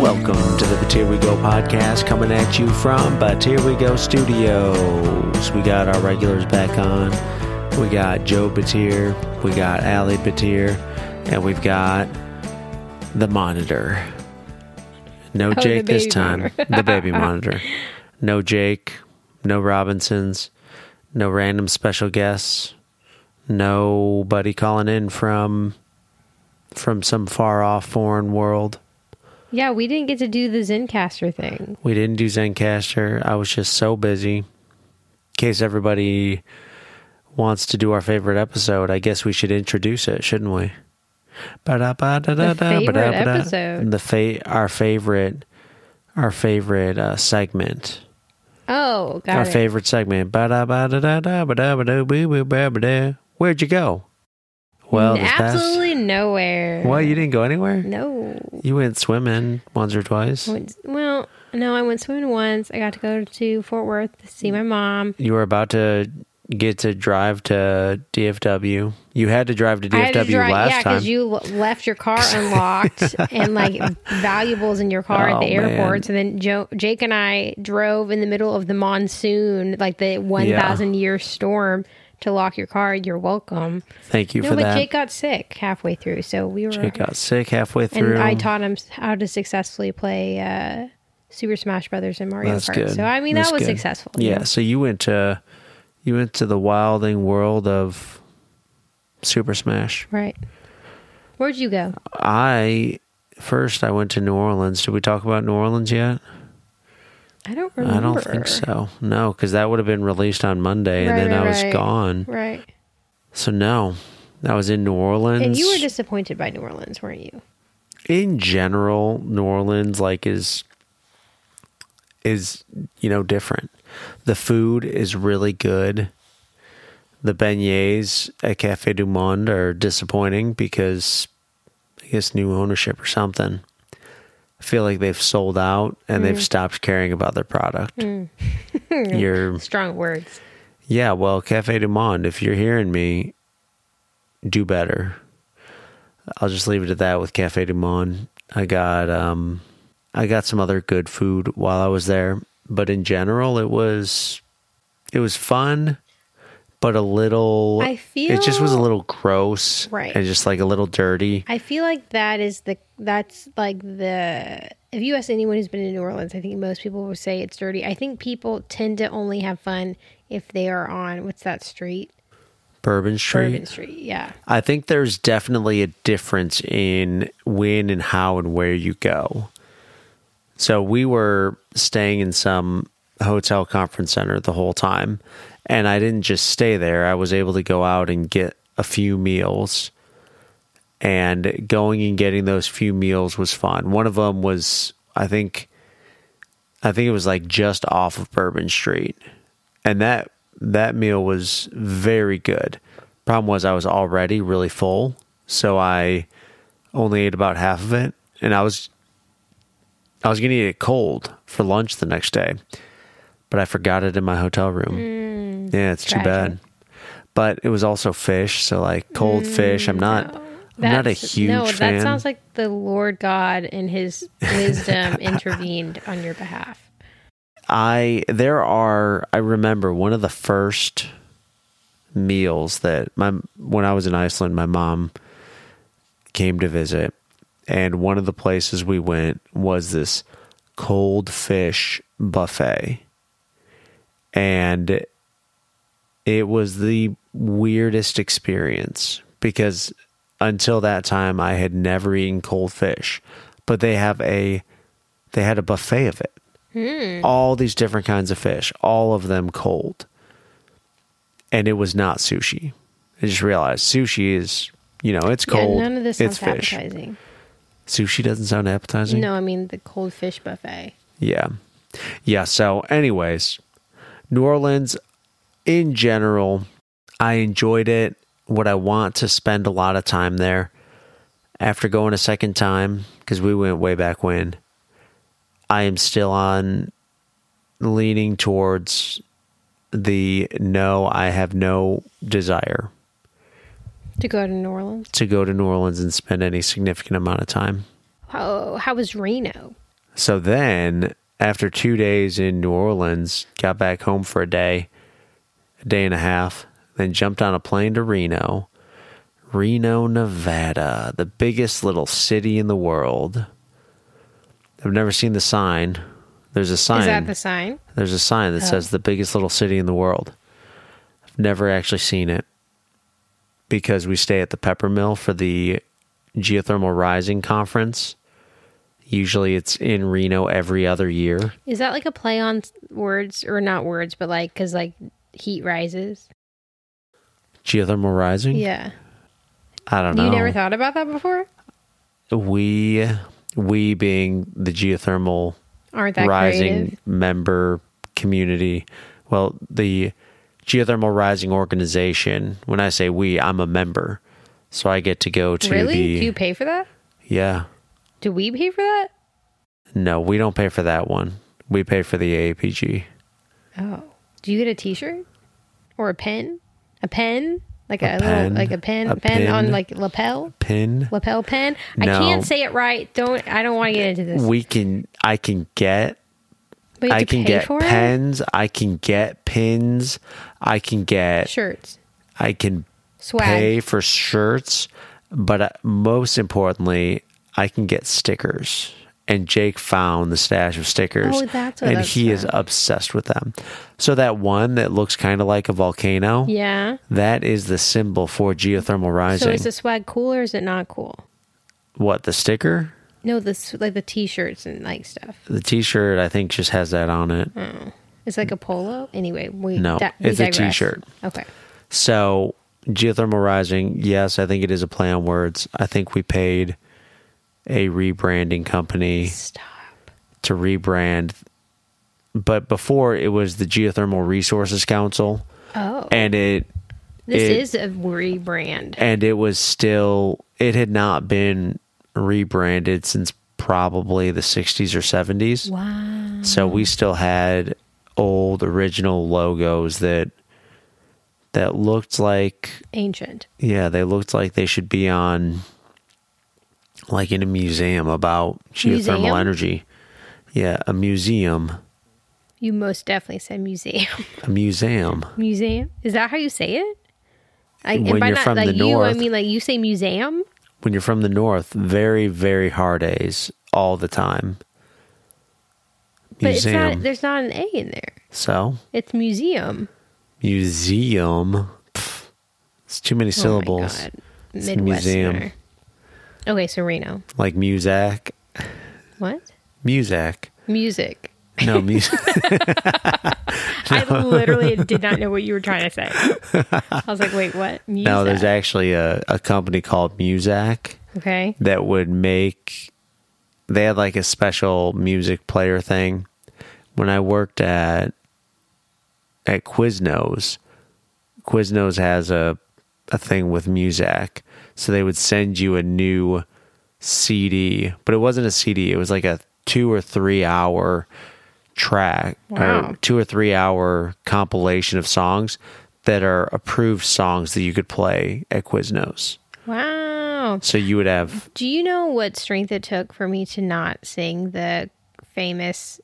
welcome to the But Here We Go podcast coming at you from But Here We Go Studios. We got our regulars back on. We got Joe Batir, we got Ali Batir, and we've got the monitor. No Oh, the Jake this baby time. the baby monitor. No Jake, no Robinsons, no random special guests, nobody calling in from from some far off foreign world. Yeah, we didn't get to do the Zencaster thing. We didn't do Zencaster. I was just so busy. In case everybody wants to do our favorite episode, I guess we should introduce it, shouldn't we? Ba-da-ba-da-da-da, The favorite ba-da-ba-da. episode. The fa- our favorite, our favorite uh, segment, Oh, got our it. favorite segment. Ba-da-ba-da-da-da, ba-da-ba-da, boo-boo, ba-ba-da. Where'd you go? Well, this past- absolutely nowhere. What? You didn't go anywhere. No. You went swimming once or twice. I went- Well, no, I went swimming once. I got to go to Fort Worth to see my mom. you were about to get to drive to DFW. You had to drive to I had DFW to drive, last yeah, time. because you l- left your car unlocked and like valuables in your car Oh, at the man. airport. So then jo- Jake and I drove in the middle of the monsoon, like the one thousand year storm, to lock your car. You're welcome. Thank you No, for but that. Jake got sick halfway through, so we were Jake got sick halfway through. and I taught him how to successfully play uh, Super Smash Brothers and Mario That's Kart. good. So I mean That's that was good. successful. Yeah. So you went to you went to the wilding world of Super Smash. Right. Where'd you go? I first I went to New Orleans. Did we talk about New Orleans yet? I don't remember. I don't think so. No, because that would have been released on Monday, Right, and then right, I was right. gone. Right. So no, I was in New Orleans. And you were disappointed by New Orleans, weren't you? in general, New Orleans like is is you know different. The food is really good. The beignets at Cafe du Monde are disappointing because I guess new ownership or something. I feel like they've sold out and they've stopped caring about their product. You're Strong words. yeah, well, Cafe du Monde, if you're hearing me, do better. I'll just leave it at that with Cafe du Monde. I got um I got some other good food while I was there, but in general it was it was fun, but a little I it just was a feel- little gross Right. and just like a little dirty. I feel like that is the that's like the if you ask anyone who's been in New Orleans, I think most people would say it's dirty. I think people tend to only have fun if they are on what's that street? Bourbon Street. Bourbon Street. Yeah. I think there's definitely a difference in when and how and where you go. So we were staying in some hotel conference center the whole time, and I didn't just stay there. I was able to go out and get a few meals. And going and getting those few meals was fun. One of them was I think I think it was like just off of Bourbon Street and that that meal was very good. Problem was I was already really full, so I only ate about half of it, and I was I was gonna eat it cold for lunch the next day, but I forgot it in my hotel room. yeah, it's too tragic. bad. But it was also fish, so like cold fish. I'm not I'm not a huge no. fan. That sounds like the Lord God and His wisdom intervened on your behalf. I there are I remember one of the first meals that my when I was in Iceland my mom came to visit and one of the places we went was this cold fish buffet and it was the weirdest experience because until that time I had never eaten cold fish but they have a they had a buffet of it Hmm. all these different kinds of fish, all of them cold. And it was not sushi. I just realized sushi is, you know, it's cold. Yeah, none of this it's sounds fish. appetizing. Sushi doesn't sound appetizing. No, I mean the cold fish buffet. Yeah. Yeah. So, anyways, New Orleans in general, I enjoyed it. Would I want to spend a lot of time there? After going a second time, because we went way back when, I am still on leaning towards the no, I have no desire To go to New Orleans. to go to New Orleans and spend any significant amount of time. Oh, how was Reno? So then, after two days in New Orleans, got back home for a day, a day and a half, then jumped on a plane to Reno, Reno, Nevada, the biggest little city in the world. I've never seen the sign. There's a sign. Is that the sign? There's a sign Oh. that says the biggest little city in the world. I've never actually seen it because we stay at the Peppermill for the Geothermal Rising Conference. Usually it's in Reno every other year. Is that like a play on s- words or not words, but like because like heat rises? Geothermal Rising? Yeah. I don't know. You never thought about that before? we we being the geothermal Aren't that rising creative? member community. Well, the Geothermal Rising organization. When I say we, I'm a member, so I get to go to Really? the Do you pay for that? yeah. Do we pay for that? No, we don't pay for that one. We pay for the AAPG. Oh. Do you get a T-shirt or a pen? A pen? Like a, pen. little, like a pen, A pen on pin. like lapel, Pin. lapel pen. I No. can't say it right. Don't. I don't want to get into this. We can. I can get. But you I have to can pay get for pens. I can get pins. I can it. get. Shirts, I can swag. pay for shirts, but uh, most importantly, I can get stickers. And Jake found the stash of stickers, Oh, that's what and that's he is from. obsessed with them. So that one that looks kind of like a volcano, Yeah. that is the symbol for geothermal So rising. is the swag cool or is it not cool? what the sticker? No, this like the T-shirts and like stuff. The T-shirt I think just has that on it. It's like a polo. Anyway, we No, that, we it's a digress. t-shirt. Okay, So geothermal rising, yes, I think it is a play on words. I think we paid a rebranding company. stop. to rebrand. But before it was the Geothermal Resources Council, Oh, and it this it- is a rebrand. and it was still it had not been rebranded since probably the 60s or 70s. Wow. So we still had old original logos that that looked like Ancient. yeah, they looked like they should be on like in a museum about geothermal Museum? energy. Yeah, a museum, You most definitely said museum. a museum. museum. Is that how you say it? Like, When you're from like the you, north- I mean like you say museum. when you're from the north, very, very hard A's all the time. But it's Museum. not. There's not an A in there. so It's museum. museum. Pff, it's too many Oh syllables. my God. a museum. Midwesterner. Okay, so Reno. like Muzak. What? Muzak. Music. No, mus- I literally did not know what you were trying to say. I was like, wait, what? Music. no, there's actually a, a company called Muzak Okay. that would make they had like a special music player thing. When I worked at at Quiznos, Quiznos has a a thing with Muzak. So they would send you a new CD, but it wasn't a CD. It was like a two or three hour track Wow. or two or three hour compilation of songs that are approved songs that you could play at Quiznos. Wow. So you would have Do you know what strength it took for me to not sing the famous,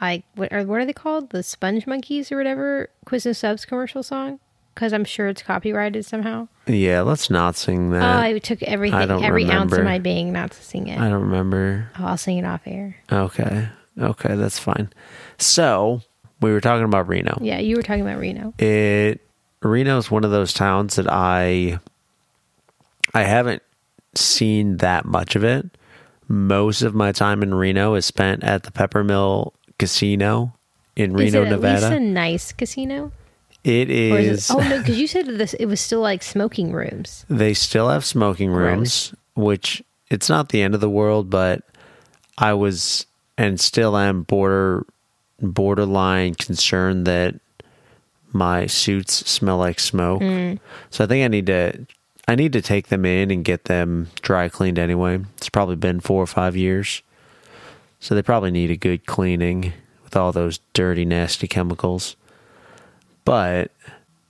like, what are, what are they called? The Sponge Monkeys or whatever Quiz and Subs commercial song? Because I'm sure it's copyrighted somehow. Yeah, let's not sing Oh, that. I took everything, Uh, I don't every ounce remember. of my being not to sing it. I don't remember. oh, I'll sing it off air. Okay. Okay, that's fine. So, we were talking about Reno. Yeah, you were talking about Reno. It Reno is one of those towns that I I haven't seen that much of it. Most of my time in Reno is spent at the Peppermill Casino in Is Reno, it at Nevada. least a nice casino? it Or is, is it, oh no, because you said this, it was still like smoking rooms. They still have smoking rooms, which it's not the end of the world, but I was and still am border borderline concerned that my suits smell like smoke. So I think I need to I need to take them in and get them dry cleaned anyway. It's probably been 4 or 5 years. So they probably need a good cleaning with all those dirty nasty chemicals. But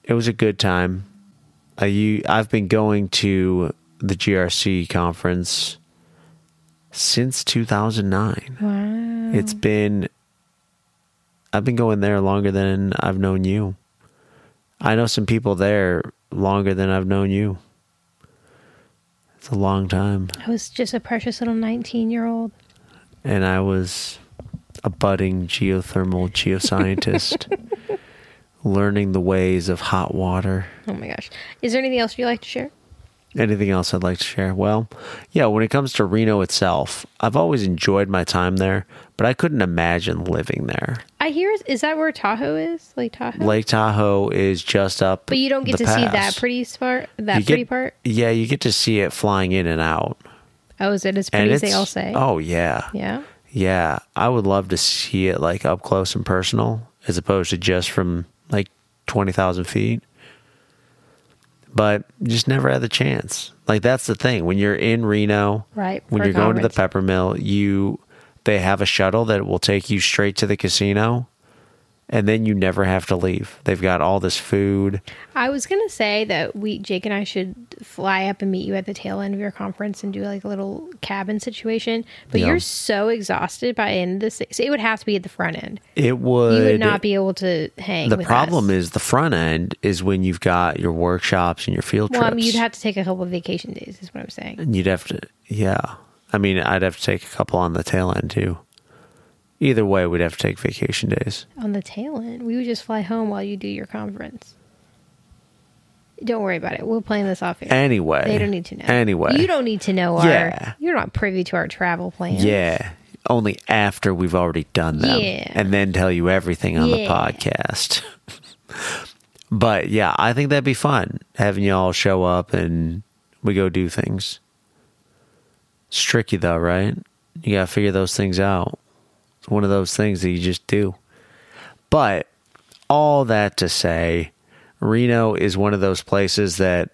it was a good time. I, you, I've been going to the GRC conference since 2009. Wow. It's been, I've been going there longer than I've known you. I know some people there longer than I've known you. It's a long time. I was just a precious little 19 year old. And I was a budding geothermal geoscientist learning the ways of hot water. Oh my gosh. Is there anything else you'd like to share? Anything else I'd like to share? Well, yeah, when it comes to Reno itself, I've always enjoyed my time there, but I couldn't imagine living there. I hear, is that where Tahoe is? Like Tahoe? Lake Tahoe is just up. Mm. but you don't get the to see that pass. pretty part. That You get- pretty part. Yeah, you get to see it flying in and out. Oh, is it as And pretty as it's they all say? Oh yeah. yeah. Yeah, I would love to see it like up close and personal as opposed to just from like 20,000 feet. But just never had the chance. Like that's the thing when you're in Reno, Right, When for a you're going to the conference. Peppermill, you they have a shuttle that will take you straight to the casino and then you never have to leave. They've got all this food. I was gonna say that we Jake and I should fly up and meet you at the tail end of your conference and do like a little cabin situation. But Yeah. you're so exhausted by the end of this, so it would have to be at the front end. It would You would not be able to hang. The with problem us. is the front end is when you've got your workshops and your field well, trips. I mean, you'd have to take a couple of vacation days, is what I'm saying. You'd have to, yeah. I mean, I'd have to take a couple on the tail end too. Either way, we'd have to take vacation days. On the tail end, we would just fly home while you do your conference. Don't worry about it. We'll plan this off here. Anyway, they don't need to know. Anyway, you don't need to know our. Yeah. You're not privy to our travel plans. Yeah, only after we've already done them, Yeah. and then tell you everything on the Yeah. podcast. but yeah, I think that'd be fun having y'all show up and we go do things. It's tricky though, right? You gotta figure those things out. It's one of those things that you just do. But all that to say, Reno is one of those places that,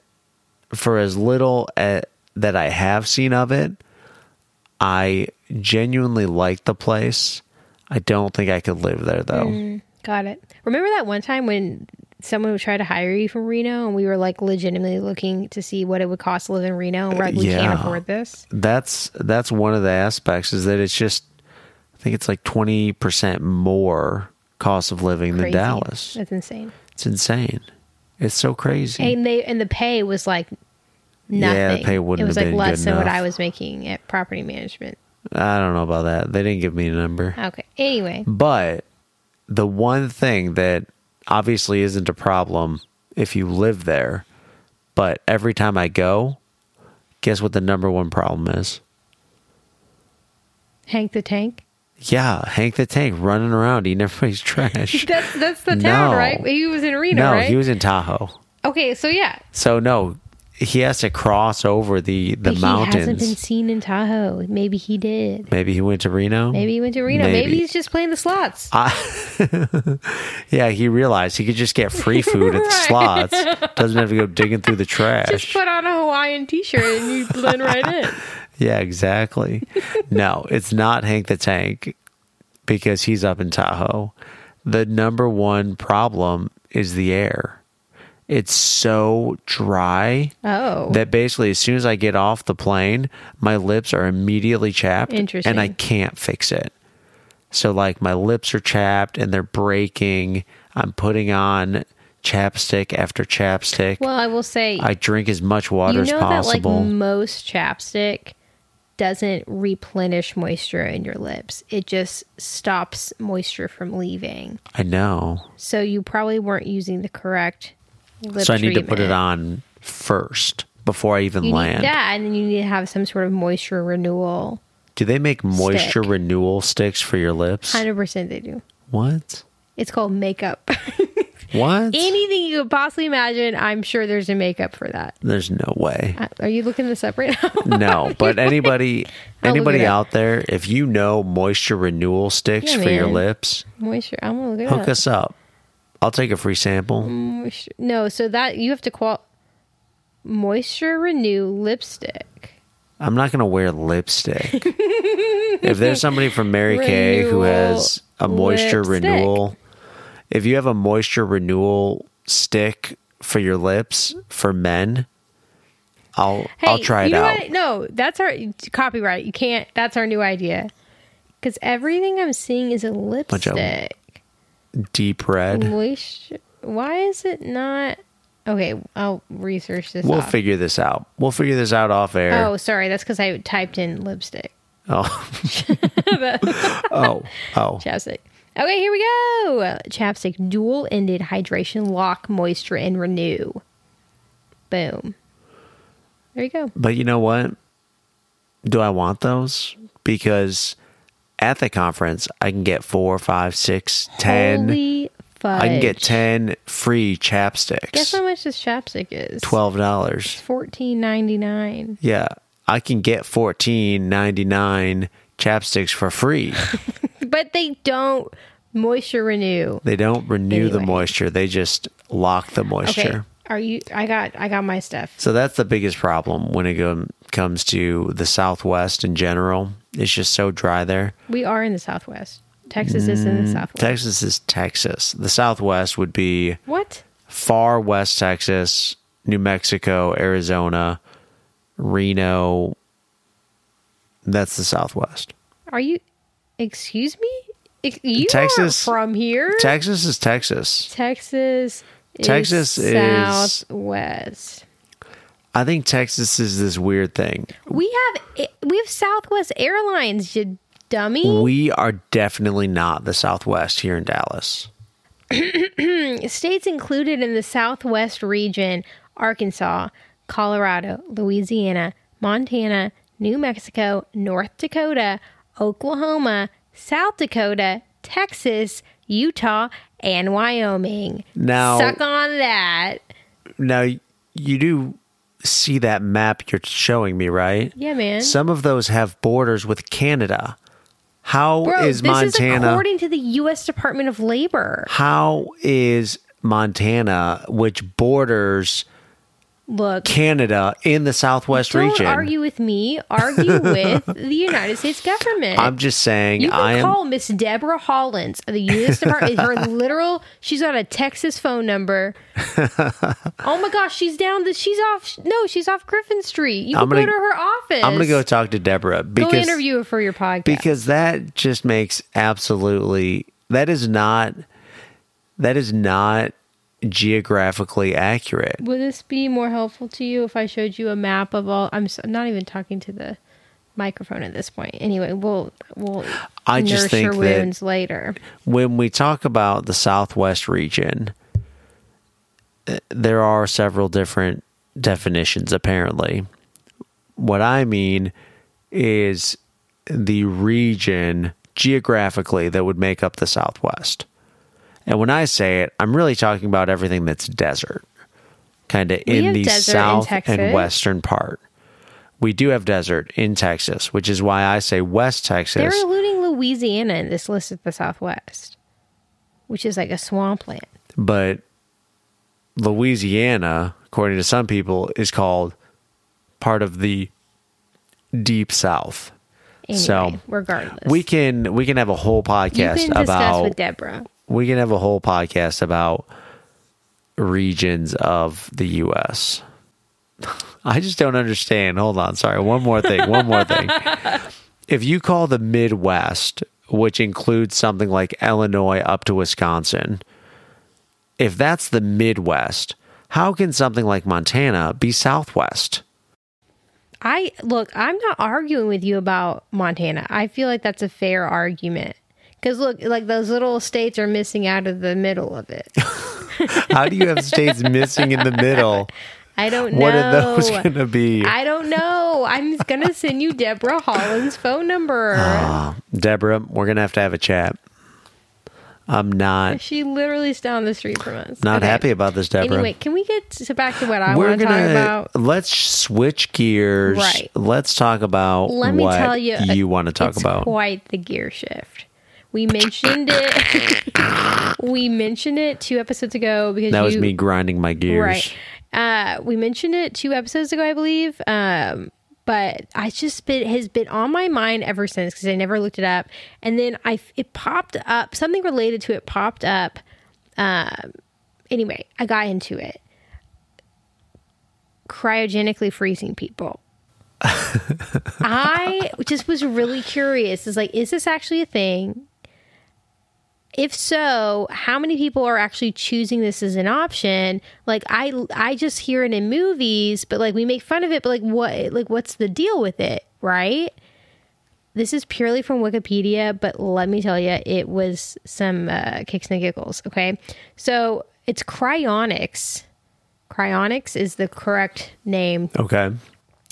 for as little a that I have seen of it, I genuinely like the place. I don't think I could live there though. Got it. Remember that one time when someone would try to hire you from Reno and we were like legitimately looking to see what it would cost to live in Reno and we're like, we can't Yeah. afford this. That's that's one of the aspects is that it's just I think it's like twenty percent more cost of living Crazy. than Dallas. That's insane. It's insane. It's so crazy. And they and the pay was like nothing. Yeah, the pay wouldn't it was have like been less good than what enough. I was making at property management. I don't know about that. They didn't give me a number. Okay. Anyway, But the one thing that obviously isn't a problem if you live there, but every time I go, guess what the number one problem is? Hank the Tank. Yeah, Hank the Tank running around eating everybody's trash. That's that's the town, No. right? He was in Reno, no, right? he was in Tahoe. okay, so yeah. So no, he has to cross over the the But he hasn't mountains. been seen in Tahoe. Maybe he did. Maybe he went to Reno. Maybe he went to Reno. Maybe, Maybe. he's just playing the slots. Yeah, he realized he could just get free food at the Right. slots. Doesn't have to go digging through the trash. just put on a Hawaiian t-shirt and you blend right in. Yeah, exactly. no, it's not Hank the Tank because he's up in Tahoe. The number one problem is the air. It's so dry Oh, that basically, as soon as I get off the plane, my lips are immediately chapped Interesting. and I can't fix it. So, like, my lips are chapped and they're breaking. I'm putting on chapstick after chapstick. well, I will say, I drink as much water you as know that like possible. most chapstick doesn't replenish moisture in your lips. It just stops moisture from leaving. I know. So you probably weren't using the correct lip so I need to put it treatment. on first before I even You land. need that, and then you need to have some sort of moisture renewal. Do they make moisture Stick. renewal sticks for your lips? Hundred percent, they do. What? It's called makeup. What? Anything you could possibly imagine, I'm sure there's a makeup for that. There's no way. Uh, Are you looking this up right now? No, but anybody I'll Oh, look it anybody up. out there, if you know moisture renewal sticks Yeah, for your man. lips, moisture. I'm gonna look it hook up. us up. I'll take a free sample. Moisture. No, so that you have to qual moisture renew lipstick. I'm not going to wear lipstick. if there's somebody from Mary Kay who has a Renewal moisture lipstick. renewal, if you have a moisture renewal stick for your lips for men, I'll I'll try it you know out. what? No, that's our copyright. You can't. That's our new idea. Because everything I'm seeing is a of- lipstick. Deep red. We sh- why is it not? Okay, I'll research this. We'll off. figure this out. We'll figure this out off air. Oh, sorry. That's because I typed in lipstick. Oh. oh. Oh. Chapstick. Okay, here we go. Chapstick dual ended hydration lock moisture and renew. Boom. There you go. But you know what? Do I want those? Because at the conference, I can get four, five, six, ten. Holy fudge. I can get ten free chapsticks. Guess how much this chapstick is? Twelve dollars. Fourteen ninety nine. Yeah, I can get fourteen ninety nine chapsticks for free. But they don't moisture renew. they don't renew the Anyway. moisture; they just lock the moisture. Okay. Are you I got I got my stuff. So that's the biggest problem when it go, comes to the Southwest in general. It's just so dry there. We are in the southwest. Texas is in Mm, the southwest. Texas is Texas. The Southwest would be what? far west Texas, New Mexico, Arizona, Reno. That's the Southwest. Are you excuse me? Ex- You Texas- Texas from here? Texas is Texas. Texas. Is Texas is- southwest. I think Texas is this weird thing. We have we have Southwest Airlines, you dummy. We are definitely not the Southwest here in Dallas. States included in the Southwest region: Arkansas, Colorado, Louisiana, Montana, New Mexico, North Dakota, Oklahoma, South Dakota, Texas, Utah, and Wyoming. Now- suck on that. Now, you do see that map you're showing me, right? Yeah, man. Some of those have borders with Canada. How is Bro, this is Montana? according to the U.S. Department of Labor. how is Montana, which borders Look, Canada in the Southwest Don't region? argue with me. Argue with the United States government. I'm just saying, you I can am. call Miss Deborah Hollins of the U.S. Department. Her literal, she's on a Texas phone number. oh my gosh, she's down. The, she's off. No, she's off Griffin Street. You can I'm gonna- go to her office. I'm gonna go talk to Deborah Go because interview her for your podcast. because that just makes absolutely that is not that is not geographically accurate. Would this be more helpful to you if I showed you a map of all? I'm, s am not even talking to the microphone at this point. Anyway, we'll we'll I just nurse think your that- wounds later. When we talk about the Southwest region, eh, there are several different definitions apparently. What I mean is the region geographically that would make up the Southwest. And when I say it, I'm really talking about everything that's desert, kind of in have the desert in south and Texas. western part. We do have desert in Texas, which is why I say West Texas. They're including Louisiana in this list of the Southwest, which is like a swampland. but Louisiana, according to some people, is called part of the deep south. Anyway, So, regardless, We can we can have a whole you podcast can discuss about with Deborah. we can have a whole podcast about regions of the US. I just don't understand. Hold on, sorry. One more thing. One more thing. If you call the Midwest, which includes something like Illinois up to Wisconsin, if that's the Midwest, how can something like Montana be Southwest? I look. I'm not arguing with you about Montana. I feel like that's a fair argument because look, like those little states are missing out of the middle of it. How do you have states missing in the middle? I don't know. What are those going to be? I don't know. I'm gonna send you Deborah Holland's phone number. Uh, Deborah, we're gonna have to have a chat. I'm not she literally's down the street from us. not Okay. happy about this, Deborah. Anyway, can we get to- back to what I we're want to gonna talk about? let's switch gears. Right. Let's talk about Let me what tell you, uh, want to talk it's about. quite the gear shift. We mentioned it. we mentioned it two episodes ago because that was you- me grinding my gears. right. Uh, we mentioned it two episodes ago, I believe. Um, but I just been has been on my mind ever since because I never looked it up, and then I it popped up something related to it popped up. Um, anyway, I got into it. cryogenically freezing people. I just was really curious. Is like, is this actually a thing? If so, how many people are actually choosing this as an option? Like, I I just hear it in movies, but like we make fun of it. But like, what like what's the deal with it, right? This is purely from Wikipedia, but let me tell you, it was some uh, kicks and giggles. Okay, so it's cryonics. Cryonics is the correct name Okay.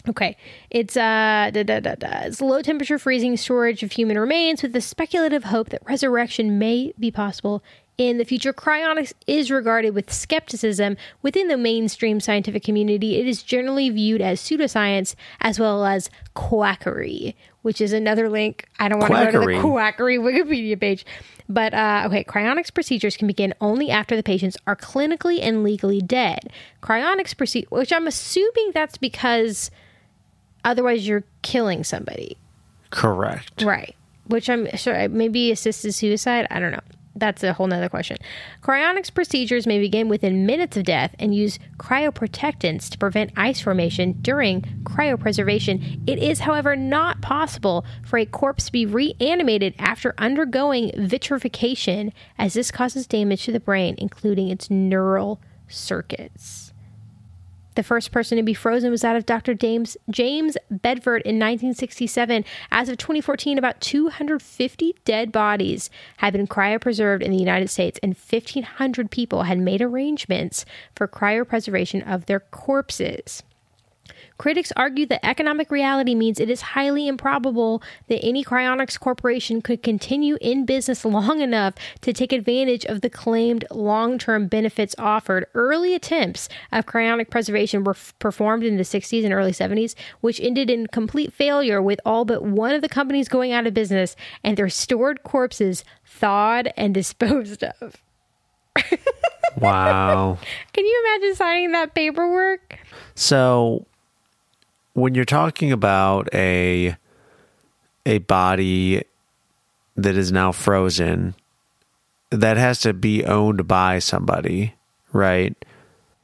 Okay. It's uh da, da, da, da. it's low temperature freezing storage of human remains with the speculative hope that resurrection may be possible in the future. Cryonics is regarded with skepticism within the mainstream scientific community. It is generally viewed as pseudoscience as well as quackery, which is another link. I don't want to go to Quackery? the quackery Wikipedia page. But uh, okay, cryonics procedures can begin only after the patients are clinically and legally dead. Cryonics procedure, which I'm assuming that's because otherwise you're killing somebody Correct. right which i'm sure maybe assisted suicide i don't know that's a whole nother question cryonics procedures may begin within minutes of death and use cryoprotectants to prevent ice formation during cryopreservation it is however not possible for a corpse to be reanimated after undergoing vitrification as this causes damage to the brain including its neural circuits the first person to be frozen was that of Dr. James, James Bedford in 1967. As of 2014, about 250 dead bodies had been cryopreserved in the United States, and 1,500 people had made arrangements for cryopreservation of their corpses. Critics argue that economic reality means it is highly improbable that any cryonics corporation could continue in business long enough to take advantage of the claimed long term benefits offered. Early attempts of cryonic preservation were f- performed in the 60s and early 70s, which ended in complete failure with all but one of the companies going out of business and their stored corpses thawed and disposed of. Wow. Can you imagine signing that paperwork? So when you're talking about a a body that is now frozen that has to be owned by somebody, right?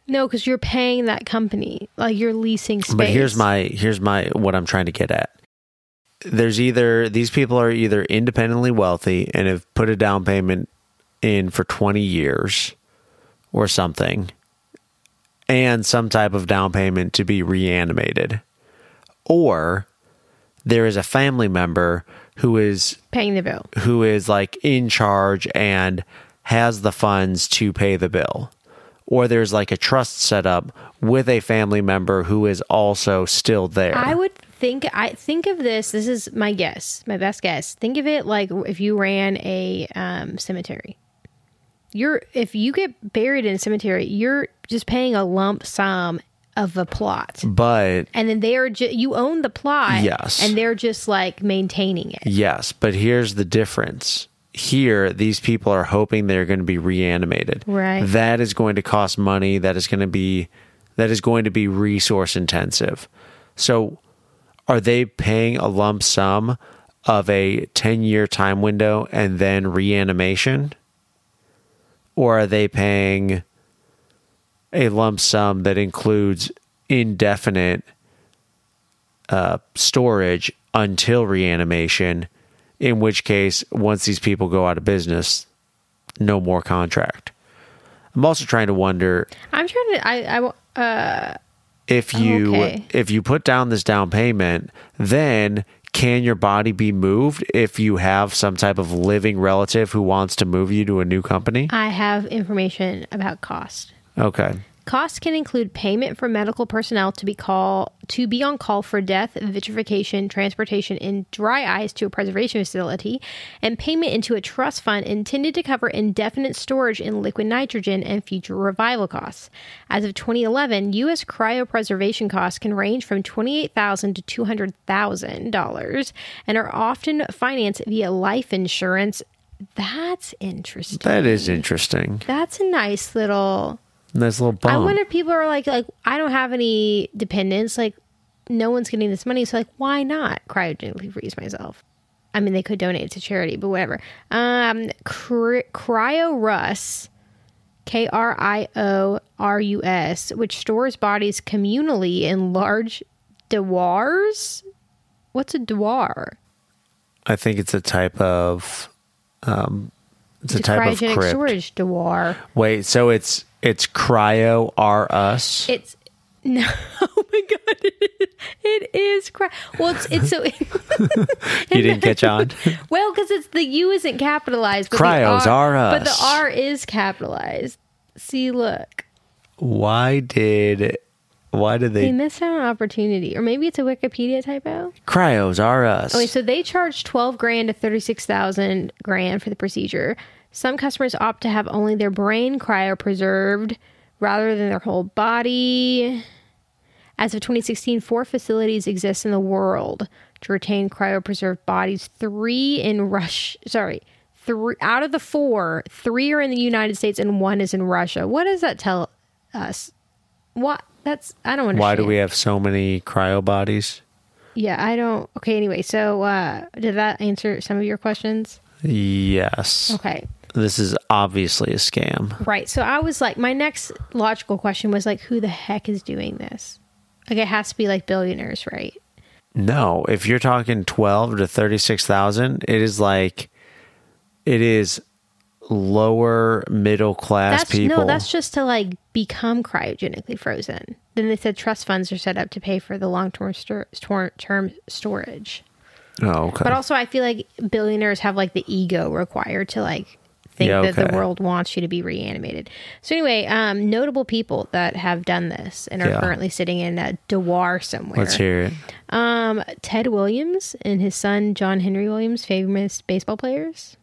No, because you're paying that company, like you're leasing space. But here's my here's my what I'm trying to get at. There's either these people are either independently wealthy and have put a down payment in for 20 years or something and some type of down payment to be reanimated. Or there is a family member who is paying the bill. who is like in charge and has the funds to pay the bill. Or there's like a trust set up with a family member who is also still there. I would think I think of this. This is my guess, my best guess. Think of it like if you ran a um, cemetery. You're if you get buried in a cemetery, you're just paying a lump sum of a plot, but and then they are ju- you own the plot, Yes. and they're just like maintaining it. yes, but here's the difference. Here, these people are hoping they're going to be reanimated. Right. That is going to cost money. That is going to be that is going to be resource intensive. So are they paying a lump sum of a 10 year time window and then reanimation? Or are they paying a lump sum that includes indefinite uh, storage until reanimation? In which case, once these people go out of business, no more contract. I'm also trying to wonder I'm trying to. I, I wa- if you Oh, Okay. if you put down this down payment, then can your body be moved if you have some type of living relative who wants to move you to a new company? I have information about cost. Okay. Costs can include payment for medical personnel to be call to be on call for death, vitrification, transportation in dry ice to a preservation facility, and payment into a trust fund intended to cover indefinite storage in liquid nitrogen and future revival costs. As of 2011, U.S. cryopreservation costs can range from twenty-eight thousand to two hundred thousand dollars, and are often financed via life insurance. That's interesting. That is interesting. That's a nice little. That's a little bump. I wonder if people are like, like I don't have any dependents. Like, no one's getting this money, so like, why not cryogenically freeze myself? I mean, they could donate it to charity, but whatever. Um, cry- cryo Russ K R I O R U S, which stores bodies communally in large dewars. What's a dewar? I think it's a type of um it's a type of cryogenic crypt. storage dewar. Wait, so it's it's cryo R us. It's no, oh my god, it is, it is cry. Well, it's it's so You didn't catch on? well because it's the U isn't capitalized. But the Cryos R, are but the us. R is capitalized. See, look, Why did why did they they missed out on an opportunity, or maybe it's a Wikipedia typo. cryos R us? Okay, so they charge twelve grand to thirty six thousand grand for the procedure. Some customers opt to have only their brain cryo preserved rather than their whole body. As of 2016, four facilities exist in the world to retain cryopreserved bodies. Three in Russia. Sorry, three out of the four, three are in the United States and one is in Russia. What does that tell us? What? That's I don't understand. why do we have so many cryo bodies? Yeah, I don't. Okay, anyway, so uh, did that answer some of your questions? Yes. Okay, This is obviously a scam. right. So I was like, my next logical question was like, who the heck is doing this? Like, it has to be like billionaires, right? No, if you're talking 12 to 36,000, it is like it is lower middle class That's people. no, that's just to like become cryogenically frozen. Then they said trust funds are set up to pay for the long term stor- stor- term storage. oh, okay. But also, I feel like billionaires have like the ego required to like think Yeah, that okay. the world wants you to be reanimated. So anyway, um, notable people that have done this and are Yeah. currently sitting in a dewar somewhere. Let's hear it. Um, Ted Williams and his son John Henry Williams, famous baseball players.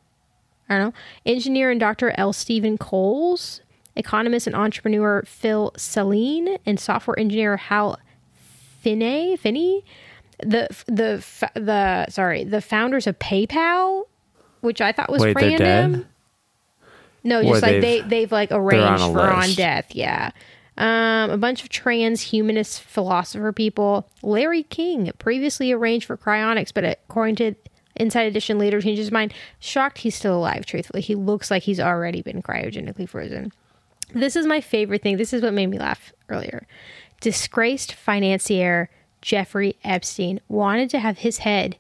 I don't know. Engineer and Dr. L. Stephen Coles, economist and entrepreneur Phil Celine, and software engineer Hal Finney. Finney, the the f- the sorry, the founders of PayPal, which I thought was Wait, they're random. dead? No, just like they they've- they've like arranged a for on list. death. Yeah. Um, a bunch of transhumanist philosopher people. Larry King previously arranged for cryonics, but according to Inside Edition, later changed his mind. Shocked he's still alive, truthfully. He looks like he's already been cryogenically frozen. This is my favorite thing. This is what made me laugh earlier. Disgraced financier Jeffrey Epstein wanted to have his head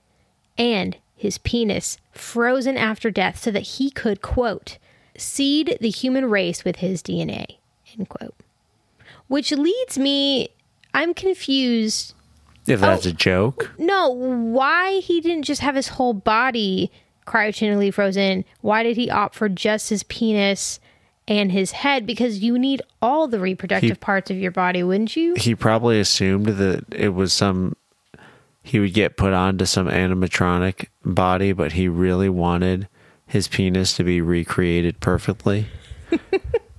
and his penis frozen after death so that he could, quote, seed the human race with his DNA, end quote. Which leads me, I'm confused. If that's Oh. a joke, No, why he didn't just have his whole body cryogenically frozen? Why did he opt for just his penis and his head? Because you need all the reproductive parts of your body, wouldn't you? he probably assumed that it was some he would get put onto some animatronic body, but he really wanted his penis to be recreated perfectly.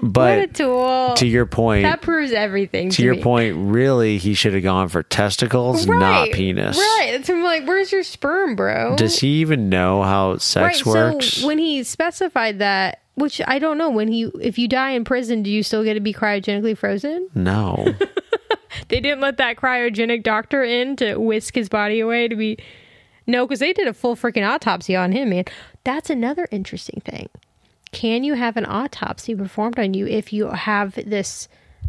What a but tool. to your point, that proves everything. To, to your me. point, really, he should have gone for testicles, not penis. Right. It's I'm like, where's your sperm, bro? Does he even know how sex works? So when he specified that, which I don't know, when he if you die in prison, do you still get to be cryogenically frozen? no. They didn't let that cryogenic doctor in to whisk his body away to be no, because they did a full freaking autopsy on him, man. That's another interesting thing. Can you have an autopsy performed on you if you have this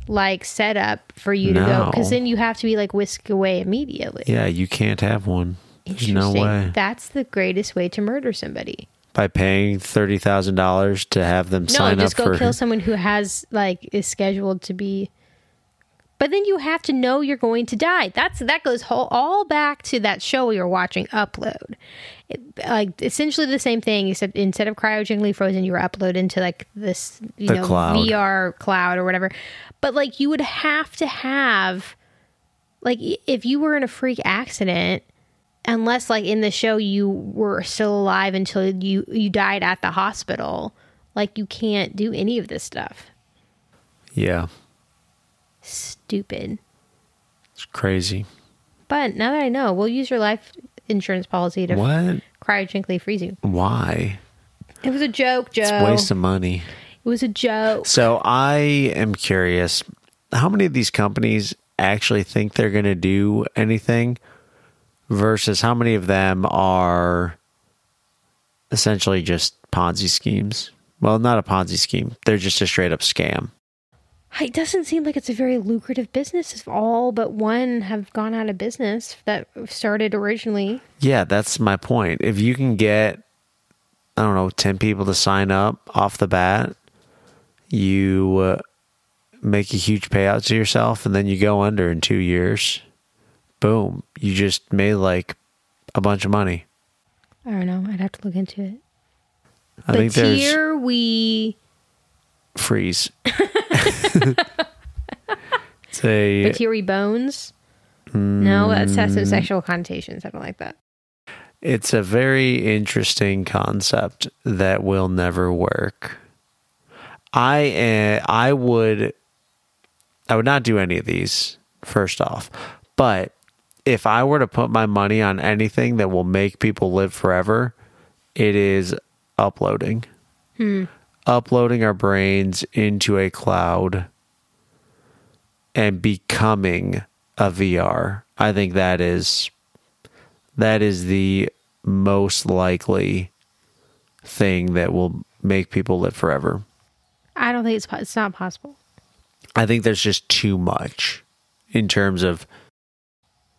like setup for you to go? No. Because then you have to be like whisked away immediately. yeah, you can't have one. There's no Interesting. way. That's the greatest way to murder somebody. By paying thirty thousand dollars to have them No, sign just up go for kill someone who has like is scheduled to be. But then you have to know you're going to die. That's that goes whole, all back to that show we were watching, Upload. It, like essentially the same thing, except instead of cryogenically frozen, you were uploaded into like this you The know cloud. VR cloud or whatever. But like you would have to have, like i- if you were in a freak accident, unless like in the show you were still alive until you you died at the hospital like you can't do any of this stuff Yeah. stupid It's crazy. but now that i know we'll use your life insurance policy to What? cryogenically freeze you Why? it was a joke joe It's a waste of money. it was a joke So I am curious how many of these companies actually think they're going to do anything versus how many of them are essentially just Ponzi schemes Well, not a Ponzi scheme. They're just a straight up scam. It doesn't seem like it's a very lucrative business if all but one have gone out of business that started originally. Yeah, that's my point. If you can get, I don't know, 10 people to sign up off the bat, you uh, make a huge payout to yourself and then you go under in two years. Boom. You just made like a bunch of money. I don't know. I'd have to look into it. I but think there's here we, freeze. it's a, but here we bones. No, that's has Mm. some sexual connotations. I don't like that. It's a very interesting concept that will never work. I uh, I would I would not do any of these first off. But if I were to put my money on anything that will make people live forever, it is uploading. Hmm, Uploading our brains into a cloud and becoming a VR. I think that is that is the most likely thing that will make people live forever. I don't think it's po- it's not possible. I think there's just too much in terms of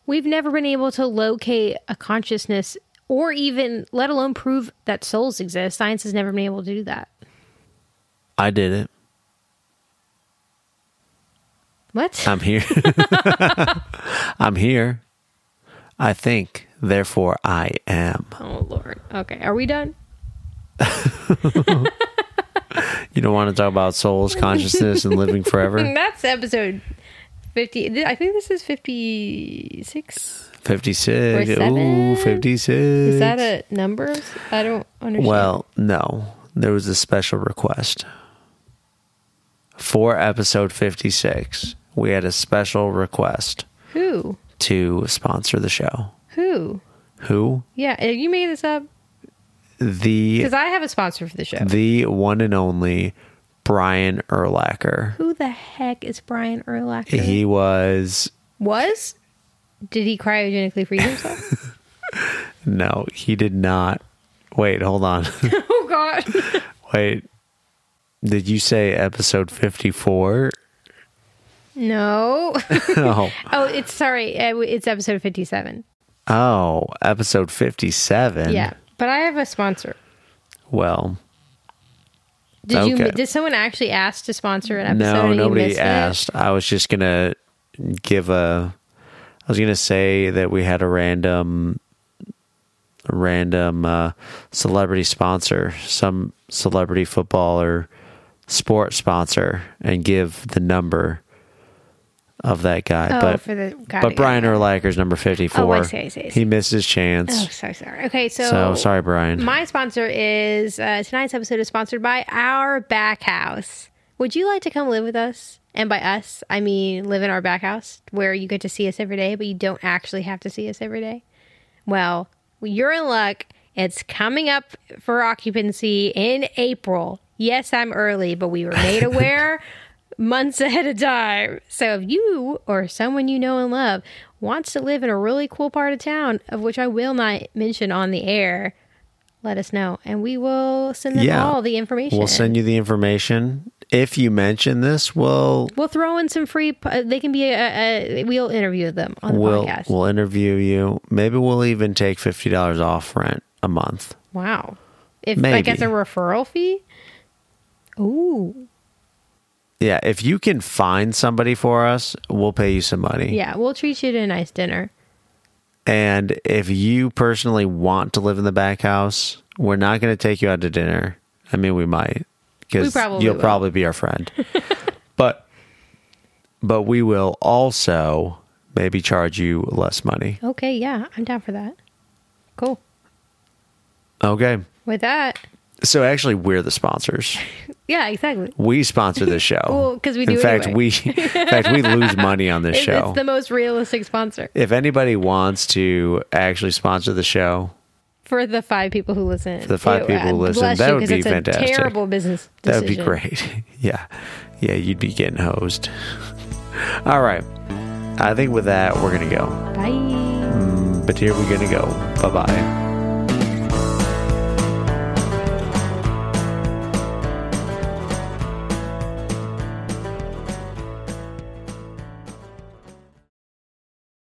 We've never been able to locate a consciousness or even let alone prove that souls exist. Science has never been able to do that. I did it. What? I'm here. I'm here. I think, therefore I am. oh lord. Okay, are we done? You don't want to talk about souls, consciousness, and living forever. That's episode 50. Th- I think this is 56. 56. Or seven? Ooh, 56. Is that a number? I don't understand. Well, no. There was a special request. For episode 56, we had a special request who? to sponsor the show. Who? Who? Yeah, uh, you made this up The because I have a sponsor for the show. the one and only Brian Erlacher. Who the heck is Brian Erlacher? He was was? Did he cryogenically freeze himself? no, he did not. Wait, hold on. oh god. Wait. Did you say episode 54? No. oh. Oh, it's sorry. uh, It's episode 57. Oh, episode 57. Yeah. But I have a sponsor. Well, Did you Okay. did someone actually ask to sponsor an episode? no, and you nobody missed it? asked. I was just going to give a I was going to say that we had a random a random uh, celebrity sponsor, some celebrity footballer sports sponsor and give the number of that guy, Oh, but for the got but it, got Brian it. Urlacher's number 54. Oh, I see, I see, I see. He missed his chance. Oh, so sorry. Okay, so so sorry, Brian. My sponsor is uh, tonight's episode is sponsored by our back house. Would you like to come live with us? And by us, I mean live in our back house where you get to see us every day, but you don't actually have to see us every day. Well, you're in luck. It's coming up for occupancy in April. Yes, I'm early, but we were made aware months ahead of time. So if you or someone you know and love wants to live in a really cool part of town, of which I will not mention on the air, let us know and we will send them Yeah. all the information. We'll send you the information. If you mention this, we'll We'll throw in some free. p- uh, They can be. A, a, we'll interview them on the we'll podcast. we'll interview you. Maybe we'll even take fifty dollars off rent a month. wow! If like Maybe. as a referral fee. Ooh, Yeah, if you can find somebody for us, we'll pay you some money. Yeah, we'll treat you to a nice dinner. And if you personally want to live in the back house, we're not going to take you out to dinner. I mean, we might We because probably you'll will. probably be our friend. but but we will also maybe charge you less money. Okay, yeah, I'm down for that. Cool. Okay. With that, So actually, we're the sponsors. yeah, exactly. We sponsor this show. Well, 'cause we do In fact, anyway. we in fact we lose money on this It- show. It's the most realistic sponsor if anybody wants to actually sponsor the show, for the five people who listen. For the five people who listen, that would be it's fantastic. A terrible business. that would be decision. great. yeah, yeah, you'd be getting hosed. All right, I think with that we're gonna go. Bye. But here we're gonna go. Bye bye.